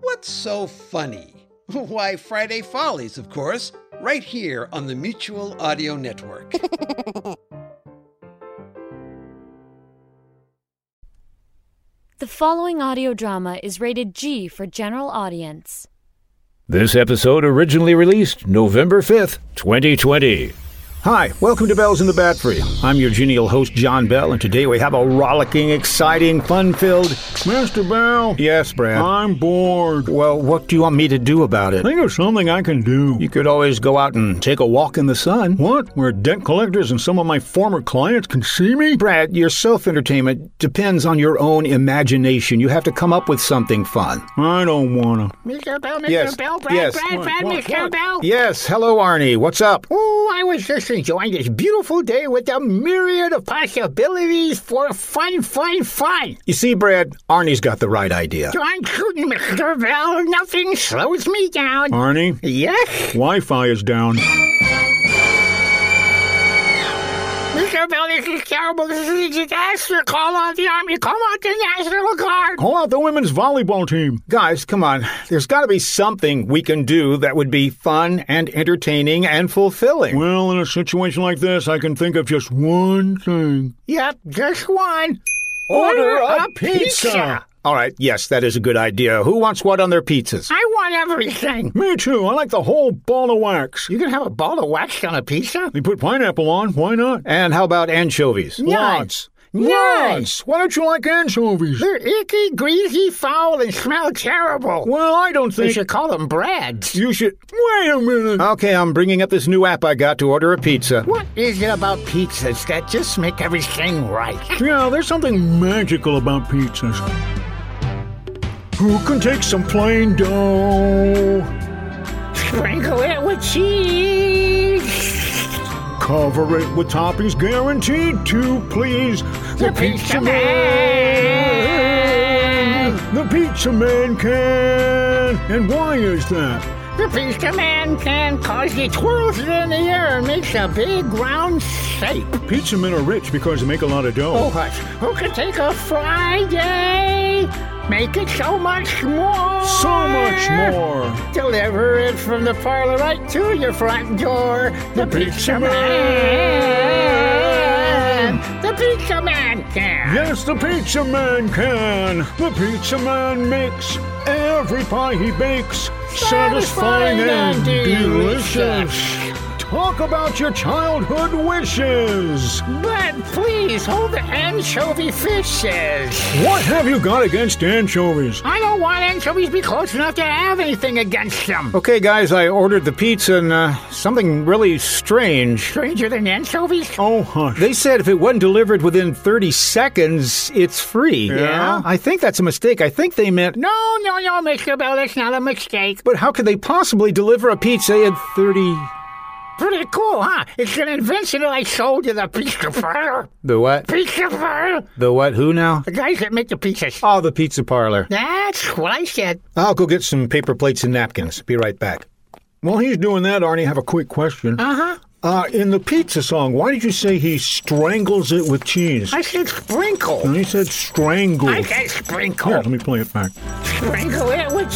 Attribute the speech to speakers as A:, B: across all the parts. A: What's so funny? Why, Friday Follies, of course, right here on the Mutual Audio Network.
B: The following audio drama is rated G for general audience.
C: This episode originally released November 5th, 2020.
D: Hi, welcome to Bells in the Bat Free. I'm your genial host, John Bell, and today we have a rollicking, exciting, fun filled.
E: Mr. Bell,
D: Yes, Brad.
E: I'm bored.
D: Well, what do you want me to do about it?
E: Think of something I can do.
D: You could always go out and take a walk in the sun.
E: what? Where debt collectors and some of my former clients can see me?
D: Brad, your self entertainment depends on your own imagination. You have to come up with something fun.
E: I don't wanna.
F: Mr. Bell, Mr.
D: Yes,
F: Bell, Brad,
D: yes.
F: Brad,
D: What,
F: Brad,
E: what,
F: Mr.
E: what?
F: Bell.
D: Yes, hello, Arnie. What's up?
F: Oh, I was just enjoying this beautiful day with a myriad of possibilities for fun, fun, fun.
D: You see, Brad, Arnie's got the right idea.
F: John Cooten, Mr. Bell, nothing slows me down.
E: Arnie,
F: Yes,
E: Wi Fi is down.
F: Mr. Bell, this is terrible. This is a disaster. Call out the army. Call out the National Guard.
E: Call out the women's volleyball team.
D: Guys, come on. There's got to be something we can do that would be fun and entertaining and fulfilling.
E: Well, in a situation like this, I can think of just one thing.
F: Yep, just one.
D: Order
F: a
D: a pizza. All right, yes, that is a good idea. Who wants what on their pizzas?
F: I want everything.
E: Me too. I like the whole ball of wax.
F: You can have a ball of wax on a pizza?
E: They put pineapple on. Why not?
D: And how about anchovies?
E: Lots. Lots. Why don't you like anchovies?
F: They're icky, greasy, foul, and smell terrible.
E: Well, I don't
F: We
E: think
F: should call them breads.
E: you should. Wait a minute.
D: Okay, I'm bringing up this new app I got to order a pizza.
F: What is it about pizzas that just make everything right?
E: Yeah, there's something magical about pizzas. Who can take some plain dough,
F: Sprinkle it with cheese.
E: cover it with toppings guaranteed to please the,
F: pizza man.
E: The pizza man can. And why is that?
F: The pizza man can cause you twirls it in the air and makes a big round shape.
E: Pizza men are rich because they make a lot of
F: Oh,
E: dough.
F: hush. Who can take a Friday? Make it so much more.
E: So much more.
F: Deliver it from the parlor right to your front door. The Pizza Man. The Pizza Man can.
E: Yes, the pizza man can. The pizza man makes every pie he bakes satisfying
F: Satisfying
E: and
F: and
E: delicious. Talk about your childhood wishes.
F: But please hold the anchovy fishes.
E: What have you got against anchovies?
F: I don't want anchovies to be close enough to have anything against them.
D: Okay, guys, I ordered the pizza and uh, something really strange.
F: Stranger than anchovies?
E: Oh, hush.
D: They said if it wasn't delivered within 30 seconds, it's free.
E: Yeah?
D: I think that's a mistake. I think they meant.
F: No, no, no, Mr. Bell, that's not a mistake.
D: But how could they possibly deliver a pizza in 30.
F: Pretty cool, huh? It's an invention that I sold to the pizza parlor.
D: The what?
F: Pizza parlor?
D: The what? Who now?
F: The guys that make the pizzas.
D: Oh, the pizza parlor.
F: That's what I said.
D: I'll go get some paper plates and napkins. Be right back.
E: While he's doing that, Arnie, I have a quick question.
F: Uh huh.
E: Uh, in the pizza song, why did you say he strangles it with cheese?
F: I said sprinkle.
E: And he said strangle.
F: I
E: Here,
F: said sprinkle.
E: let me play it back.
F: Sprinkle it with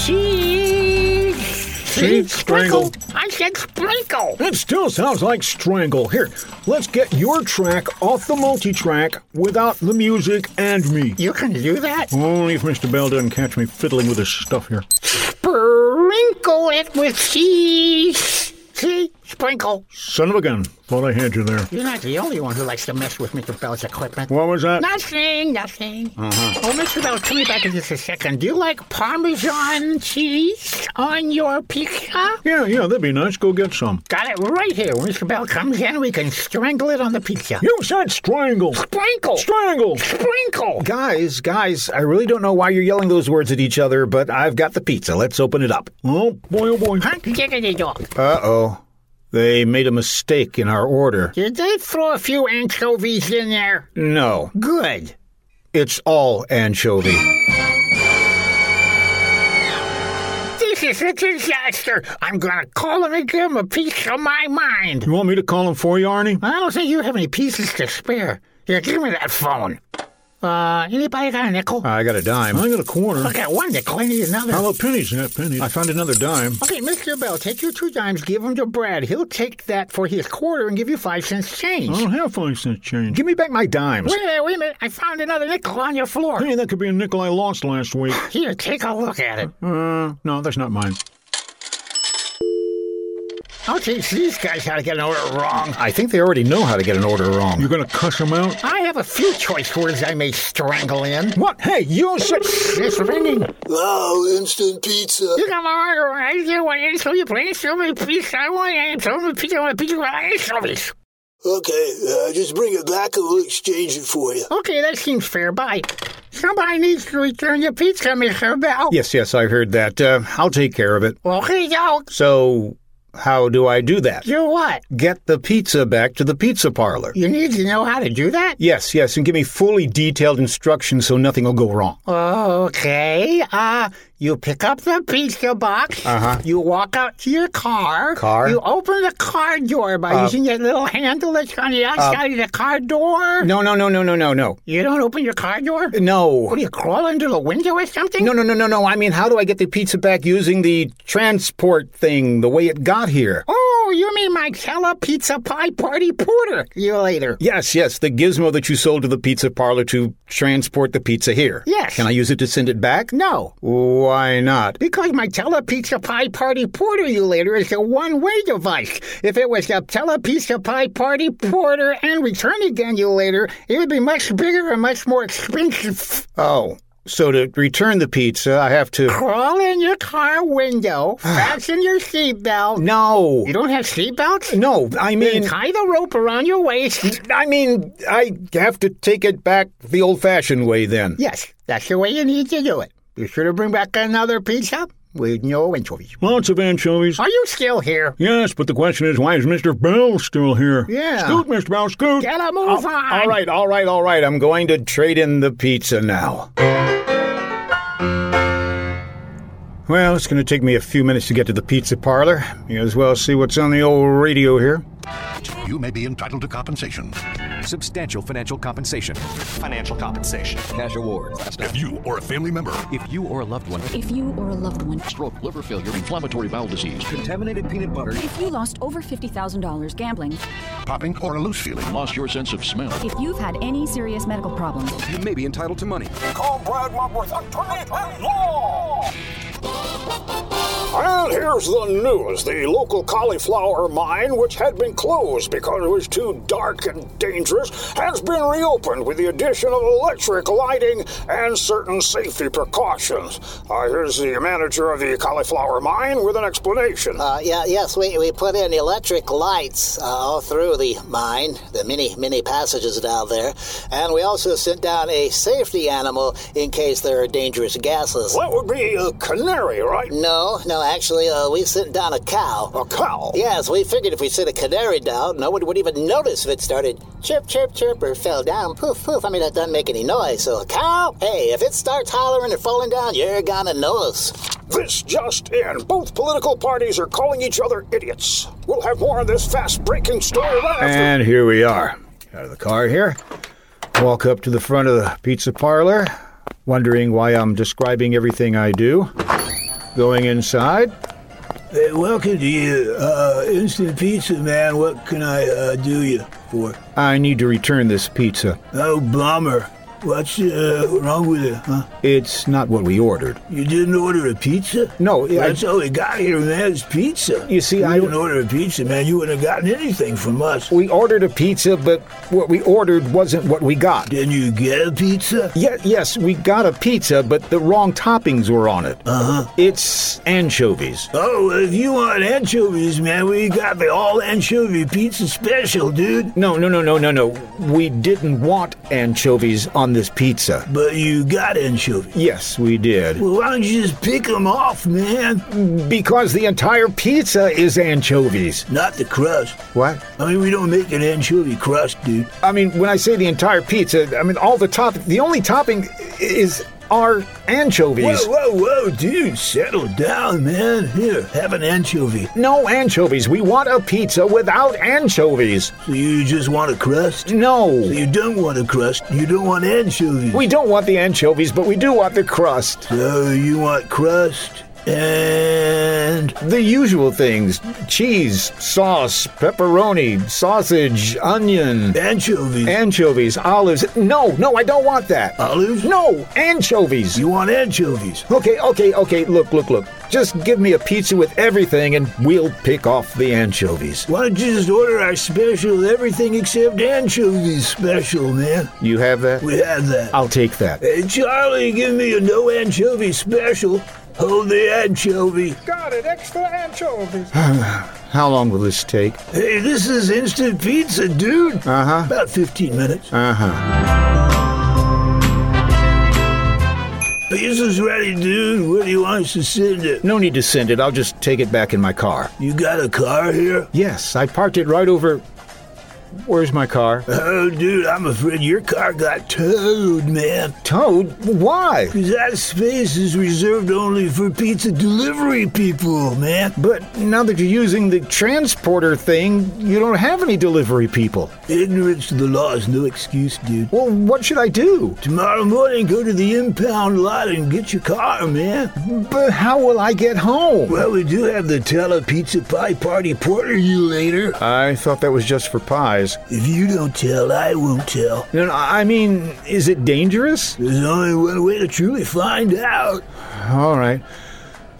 F: cheese.
E: Cheese sprinkle.
F: I said sprinkle.
E: That still sounds like strangle. Here, let's get your track off the multi track without the music and me.
F: You can do that.
E: Only if Mr. Bell doesn't catch me fiddling with his stuff here.
F: Sprinkle it with cheese. See? Sprinkle.
D: Son of a gun.
E: Thought I had you there.
F: You're not the only one who likes to mess with Mr. Bell's equipment.
D: What was that?
F: Nothing, nothing.
E: Mm-hmm.
F: Oh, Mr. Bell, tell me about this a second. Do you like Parmesan cheese on your pizza?
E: Yeah, yeah, that'd be nice. Go get some.
F: Got it right here. When Mr. Bell comes in, we can strangle it on the pizza.
E: You said strangle.
F: Sprinkle!
E: Strangle.
F: Sprinkle!
D: Guys, guys, I really don't know why you're yelling those words at each other, but I've got the pizza. Let's open it up.
E: Oh boy, oh boy.
F: Hunk diggity dog.
D: Uh oh. They made a mistake in our order.
F: Did they throw a few anchovies in there?
D: No,
F: Good.
D: it's all anchovy.
F: This is a disaster. I'm gonna call him and give him a piece of my mind.
D: You want me to call him for you, Arnie?
F: I don't think you have any pieces to spare. Here, give me that phone. Uh, anybody got a nickel?
D: I got a dime.
E: I got a quarter.
F: I got one nickel. I need another.
E: How about pennies? Yeah, pennies.
D: I found another dime.
F: Okay, Mr. Bell, take your two dimes, give them to Brad. He'll take that for his quarter and give you five cents change.
E: I don't have five cents change.
D: Give me back my dimes.
F: Wait a minute, wait a minute. I found another nickel on your floor.
E: Hey, that could be a nickel I lost last week.
F: Here, take a look at it.
E: Uh, no, that's not mine.
F: I'll teach these guys how to get an order wrong.
D: I think they already know how to get an order
E: You're
D: wrong.
E: gonna cuss him out?
F: I have a few choice words I may strangle in.
D: What? Hey, you said.
F: It's ringing.
G: Wow, Oh, instant pizza.
F: You got my order wrong. I just want to show you place. So many pieces. I want to show me pizza. I want pizza. I service.
G: Okay, uh, just bring it back and we'll exchange it for you.
F: Okay, that seems fair. Bye. Somebody needs to return your pizza, Mr. Bell.
D: Yes, yes, I heard that. Uh, I'll take care of it.
F: Okay, dog.
D: So, how do I do that?
F: Do what?
D: Get the pizza back to the pizza parlor.
F: You need to know how to do that?
D: Yes, yes, and give me fully detailed instructions so nothing will go wrong.
F: Okay. Uh, you pick up the pizza box.
D: Uh-huh.
F: You walk out to your car.
D: Car? Uh,
F: You open the car door by using that little handle that's on the outside of the car door.
D: No, no, no, no, no, no, no.
F: You don't open your car door?
D: No.
F: What, do you crawl under the window or something?
D: No, no, no, no, no. I mean, how do I get the pizza back using the transport thing the way it got here?
F: Oh, you mean my Cella Pizza Pie Party Porter. You later.
D: Yes, yes, the gizmo that you sold to the pizza parlor to transport the pizza here.
F: Yes.
D: Can I use it to send it back?
F: No.
D: Why not?
F: Because my Telepizza Pie Party Porter you later is a one-way device. If it was a Telepizza Pie Party Porter and return again you later, it would be much bigger and much more expensive.
D: Oh, so to return the pizza, I have to.
F: Crawl in your car window, fasten your seatbelt.
D: No.
F: You don't have seatbelts?
D: No, I
F: Then
D: mean.
F: tie the rope around your waist.
D: I mean, I have to take it back the old fashioned way then.
F: Yes, that's the way you need to do it. You sure to bring back another pizza with no anchovies.
E: Lots of anchovies.
F: Are you still here?
E: Yes, but the question is, why is Mr. Bell still here?
F: Yeah.
E: Scoot, Mr. Bell, scoot.
F: Get a move on.
D: All right, all right, all right. I'm going to trade in the pizza now. Well, it's going to take me a few minutes to get to the pizza parlor. May as well see what's on the old radio here.
H: You may be entitled to compensation.
I: Substantial financial compensation.
J: Financial compensation. Cash awards.
H: If you or a family member
I: If you or a loved one
J: If you or a loved one.
H: stroke, liver failure, inflammatory bowel disease,
J: Contaminated peanut butter. If you lost over $50,000 gambling.
H: popping, or a loose feeling, lost your sense of smell.
J: If you've had any serious medical problems.
I: you may be entitled to money.
G: Call Brad Wentworth attorney at law. And here's the news. The local cauliflower mine, which had been closed because it was too dark and dangerous, has been reopened with the addition of electric lighting and certain safety precautions. Uh, here's the manager of the cauliflower mine with an explanation.
K: Uh, yeah, yes, we, we put in electric lights uh, all through the mine, the many, many passages down there. And we also sent down a safety animal in case there are dangerous gases.
G: that would be a canary, right?
K: No, no, actually, uh, we sent down a cow.
G: A cow.
K: Yes, we figured if we sent a canary down, no one would even notice if it started chirp, chirp, chirp, or fell down, poof, poof. I mean, that doesn't make any noise. So a cow, hey, if it starts hollering or falling down, you're gonna notice.
G: This just in. Both political parties are calling each other idiots. We'll have more on this fast breaking story right after.
D: And here we are. Out of the car here. Walk up to the front of the pizza parlor, wondering why I'm describing everything I do. Going inside.
G: welcome to you, uh, Instant Pizza Man. What can I uh, do you for?
D: I need to return this pizza.
G: Oh, bummer.
L: What's uh, wrong with it, huh?
D: It's not what we ordered.
L: You didn't order a pizza?
D: No, I-
L: that's all we got here, man. Is pizza.
D: You see,
L: you
D: I-
L: didn't order a pizza, man. You wouldn't have gotten anything from us.
D: We ordered a pizza, but what we ordered wasn't what we got.
L: Didn't you get a pizza?
D: Ye- yes, we got a pizza, but the wrong toppings were on it. Uh
L: Uh-huh.
D: huh. It's anchovies.
L: Oh, well, if you want anchovies, man, we got the all anchovy pizza special, dude.
D: No, no, no, no, no, no. We didn't want anchovies on this pizza.
L: But you got anchovies.
D: Yes, we did.
L: Well, why don't you just pick them off, man?
D: Because the entire pizza is anchovies.
L: Not the crust.
D: What?
L: I mean, we don't make an anchovy crust, dude.
D: I mean, when I say the entire pizza, I mean all the top. The only topping i- is our anchovies.
L: Whoa, whoa, whoa, dude, settle down, man. Here, have an anchovy.
D: No anchovies. We want a pizza without anchovies.
L: So you just want a crust?
D: No.
L: So you don't want a crust. You don't want anchovies.
D: We don't want the anchovies, but we do want the crust.
L: So you want crust and
D: The usual things cheese, sauce, pepperoni, sausage, onion,
L: anchovies.
D: anchovies, olives. No, no, I don't want that.
L: Olives?
D: No, anchovies.
L: you want anchovies.
D: Okay, okay, okay. Look, look, look. Just give me a pizza with everything and we'll pick off the anchovies.
L: Why don't you just order our special everything except anchovies special, man?
D: You have that?
L: We have that.
D: I'll take that.
L: Hey, Charlie, give me a no anchovy special. Hold the anchovy.
F: Got it, extra anchovies.
D: How long will this take?
L: Hey, this is instant pizza, dude.
D: Uh huh.
L: About 15 minutes.
D: Uh huh.
L: Pizza's ready, dude. Where do you want us to send it?
D: No need to send it. I'll just take it back in my car.
L: You got a car here?
D: Yes, I parked it right over. Where's my car?
L: Oh, dude, I'm afraid your car got towed, man.
D: Toad? Why?
L: Because that space is reserved only for pizza delivery people, man.
D: But now that you're using the transporter thing, you don't have any delivery people.
L: Ignorance to the law is no excuse, dude.
D: Well, what should I do?
L: Tomorrow morning, go to the impound lot and get your car, man.
D: But how will I get home?
L: Well, we do have the Tele Pizza Pie Party Porter you later.
D: I thought that was just for pies.
L: If you don't tell, I won't tell.
D: No, no, I mean, is it dangerous?
L: There's only one way to truly find out.
D: All right.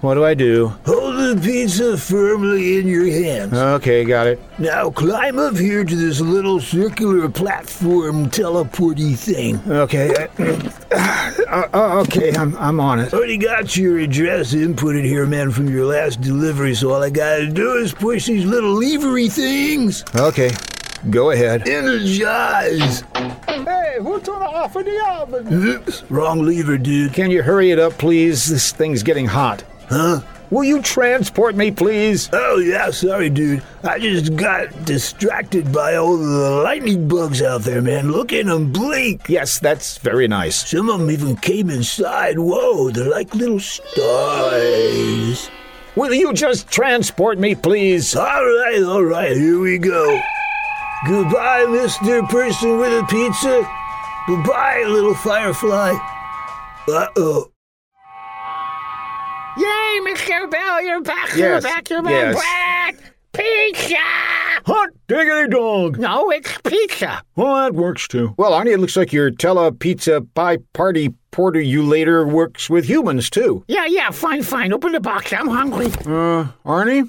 D: What do I do?
L: Hold the pizza firmly in your hands.
D: Okay, got it.
L: Now climb up here to this little circular platform teleporty thing.
D: Okay. uh, uh, okay, I'm, I'm on it.
L: Already got your address inputted here, man, from your last delivery, so all I gotta do is push these little levery things.
D: Okay, go ahead.
L: Energize!
F: Hey, who turned off of the oven?
L: Oops, wrong lever, dude.
D: Can you hurry it up, please? This thing's getting hot.
L: Huh?
D: Will you transport me, please?
L: Oh, yeah, sorry, dude. I just got distracted by all the lightning bugs out there, man. Look at them blink.
D: Yes, that's very nice.
L: Some of them even came inside. Whoa, they're like little stars.
D: Will you just transport me, please?
L: All right, all right, here we go. Goodbye, Mr. Person with a Pizza. Goodbye, little firefly. Uh oh.
F: Yay, Mr. Bell, you're back,
D: Yes,
F: you're back, you're
D: yes.
F: back. Pizza!
E: Hot diggity dog!
F: No, it's pizza.
E: Well, that works too.
D: Well, Arnie, it looks like your tele pizza pie party porter you later works with humans, too.
F: Yeah, yeah, fine, fine. Open the box. I'm hungry.
E: Uh, Arnie,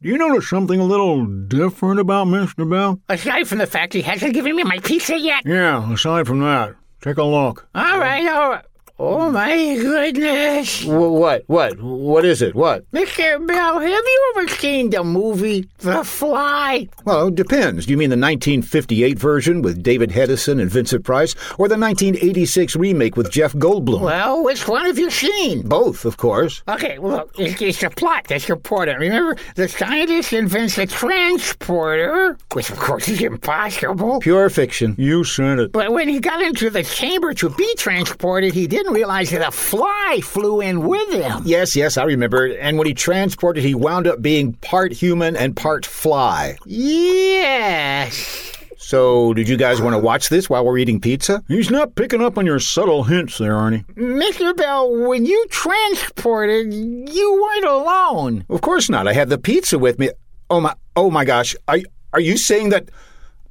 E: do you notice something a little different about Mr. Bell?
F: Aside from the fact he hasn't given me my pizza yet.
E: Yeah, aside from that, take a look.
F: All right, all right. Oh my goodness.
D: Wh- what? What? What is it? What?
F: Mr. Bell, have you ever seen the movie The Fly?
D: Well, it depends. Do you mean the 1958 version with David Hedison and Vincent Price, or the 1986 remake with Jeff Goldblum?
F: Well, which one have you seen?
D: Both, of course.
F: Okay, well, look, it's, it's the plot that's important. Remember, the scientist invents a transporter, which of course is impossible.
D: Pure fiction.
E: You said it.
F: But when he got into the chamber to be transported, he didn't realize that a fly flew in with him.
D: Yes, yes, I remember. And when he transported, he wound up being part human and part fly.
F: Yes.
D: So, did you guys want to watch this while we're eating pizza?
E: He's not picking up on your subtle hints there, Arnie.
F: Mr. Bell, when you transported, you weren't alone.
D: Of course not. I had the pizza with me. Oh my! Oh my gosh! Are are you saying that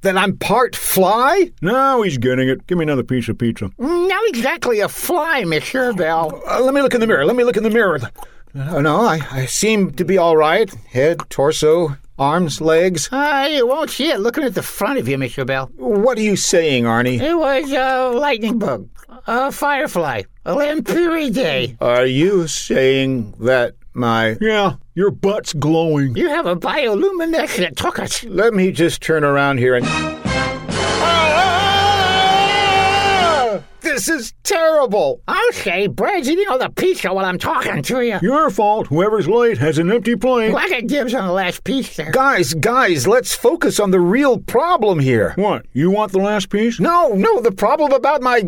D: That I'm part fly?
E: Now Oh, he's getting it. Give me another piece of pizza.
F: Not exactly a fly, Monsieur Bell.
D: Uh, let me look in the mirror. Let me look in the mirror. Uh, no, I, I seem to be all right. Head, torso, arms, legs.
F: Ah, you won't see it looking at the front of you, Monsieur Bell.
D: What are you saying, Arnie?
F: It was a lightning bug, a firefly, a Lampuri day.
D: Are you saying that my.
E: Yeah, your butt's glowing.
F: You have a bioluminescent tucket.
D: Let me just turn around here and. Ah! This is terrible!
F: Okay, Brad's eating all the pizza while I'm talking to you.
E: Your fault. Whoever's late has an empty plate.
F: Like a dibs on the last pizza.
D: Guys, guys, let's focus on the real problem here.
E: What? You want the last piece?
D: No, no, the problem about my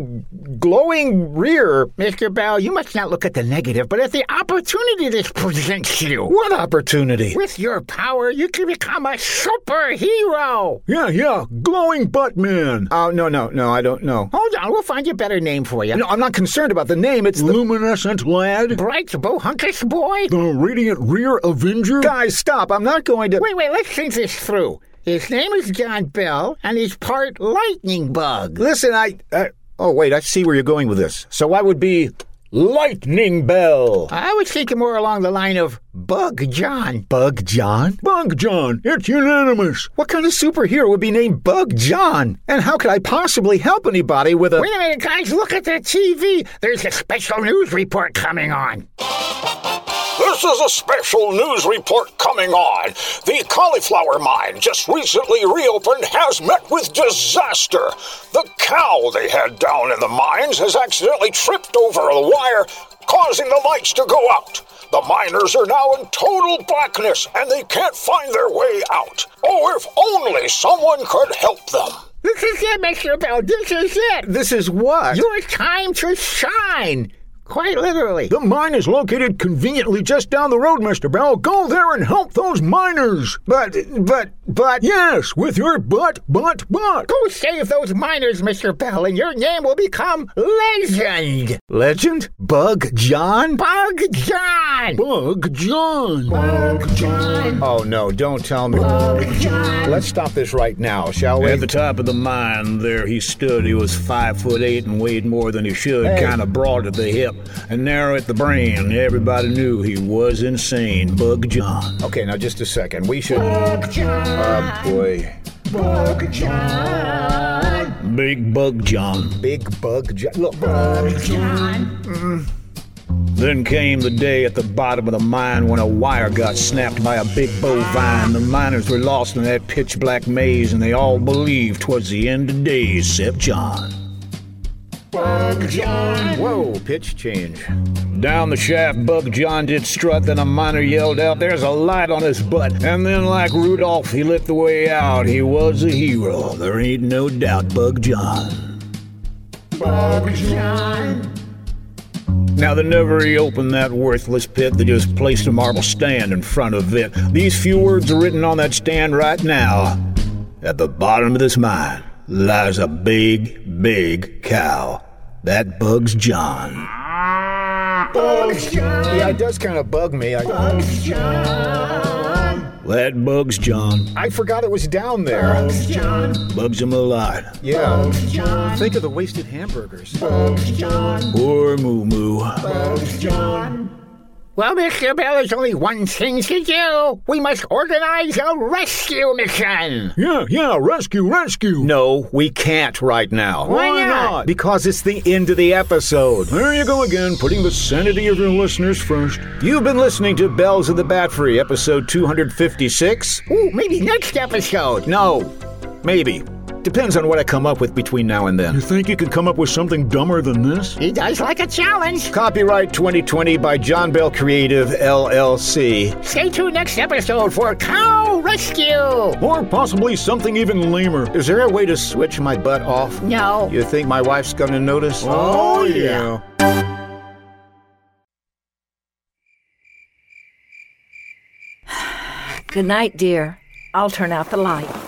D: glowing rear.
F: Mr. Bell, you must not look at the negative, but at the opportunity this presents you.
D: What opportunity?
F: With your power, you can become a superhero.
E: Yeah, yeah, glowing butt man.
D: Oh, no, no, no, I don't know.
F: Hold on, we'll find you a better name for you.
D: No, I'm not concerned about the name. It's the.
E: Luminescent lad?
F: Bright bohunkish boy?
E: The radiant rear avenger?
D: Guys, stop. I'm not going to.
F: Wait, wait, let's think this through. His name is John Bell, and he's part lightning bug.
D: Listen, I. I oh, wait, I see where you're going with this. So I would be Lightning Bell.
F: I was thinking more along the line of Bug John.
D: Bug John?
E: Bug John, it's unanimous.
D: What kind of superhero would be named Bug John? And how could I possibly help anybody with a.
F: Wait a minute, guys, look at the TV. There's a special news report coming on.
L: This is a special news report coming on. The cauliflower mine, just recently reopened, has met with disaster. The cow they had down in the mines has accidentally tripped over a wire, causing the lights to go out. The miners are now in total blackness and they can't find their way out. Oh, if only someone could help them.
F: This is it, Mr. Bell. This is it.
D: This is what?
F: Your time to shine. Quite literally.
E: The mine is located conveniently just down the road, Mr. Bell. Go there and help those miners.
D: But, but, but.
E: Yes, with your butt, butt, butt.
F: Go save those miners, Mr. Bell, and your name will become legend.
D: Legend? Bug John?
F: Bug John.
E: Bug John.
F: Bug John.
D: Oh, no, don't tell me.
F: Bug John.
D: Let's stop this right now, shall we?
M: At the top of the mine, there he stood. He was five foot eight and weighed more than he should,
D: Hey.
M: kind of broad at the hip and narrow at the brain. Everybody knew he was insane. Bug John.
D: Okay, now just a second. We should. Oh, boy.
M: Big Bug John.
D: Big Bug John. Look.
M: Mm. Then came the day at the bottom of the mine when a wire got snapped by a big bovine. The miners were lost in that pitch black maze, and they all believed 'twas the end of days, except John.
D: Whoa, pitch change.
M: Down the shaft, Bug John did strut, then a miner yelled out, There's a light on his butt. And then, like Rudolph, he lit the way out. He was a hero. There ain't no doubt, Bug John. Now, they never reopened that worthless pit. They just placed a marble stand in front of it. These few words are written on that stand right now. At the bottom of this mine lies a big, big cow. That bugs John.
D: Yeah, it does kind of bug me. I,
M: That bugs John.
D: I forgot it was down there.
M: Bugs him a lot.
D: Yeah. Think of the wasted hamburgers.
M: Poor Moo Moo.
F: Well, Mr. Bell, there's only one thing to do. We must organize a rescue mission.
E: Yeah, yeah, rescue, rescue.
D: No, we can't right now.
F: Why Why not?
E: not?
D: Because it's the end of the episode.
E: There you go again, putting the sanity of your listeners first.
D: You've been listening to Bells of the Bat Free, episode 256.
F: Ooh, maybe next episode.
D: No, maybe. Depends on what I come up with between now and
E: You
D: then.
E: think you could come up with something dumber than this?
F: He does like a challenge.
D: Copyright 2020 by John Bell Creative, LLC.
F: Stay tuned next episode for Cow Rescue.
E: Or possibly something even lamer.
D: Is there a way to switch my butt off?
F: No.
D: You think my wife's gonna notice?
E: Oh, yeah.
N: Good night, dear. I'll turn out the light.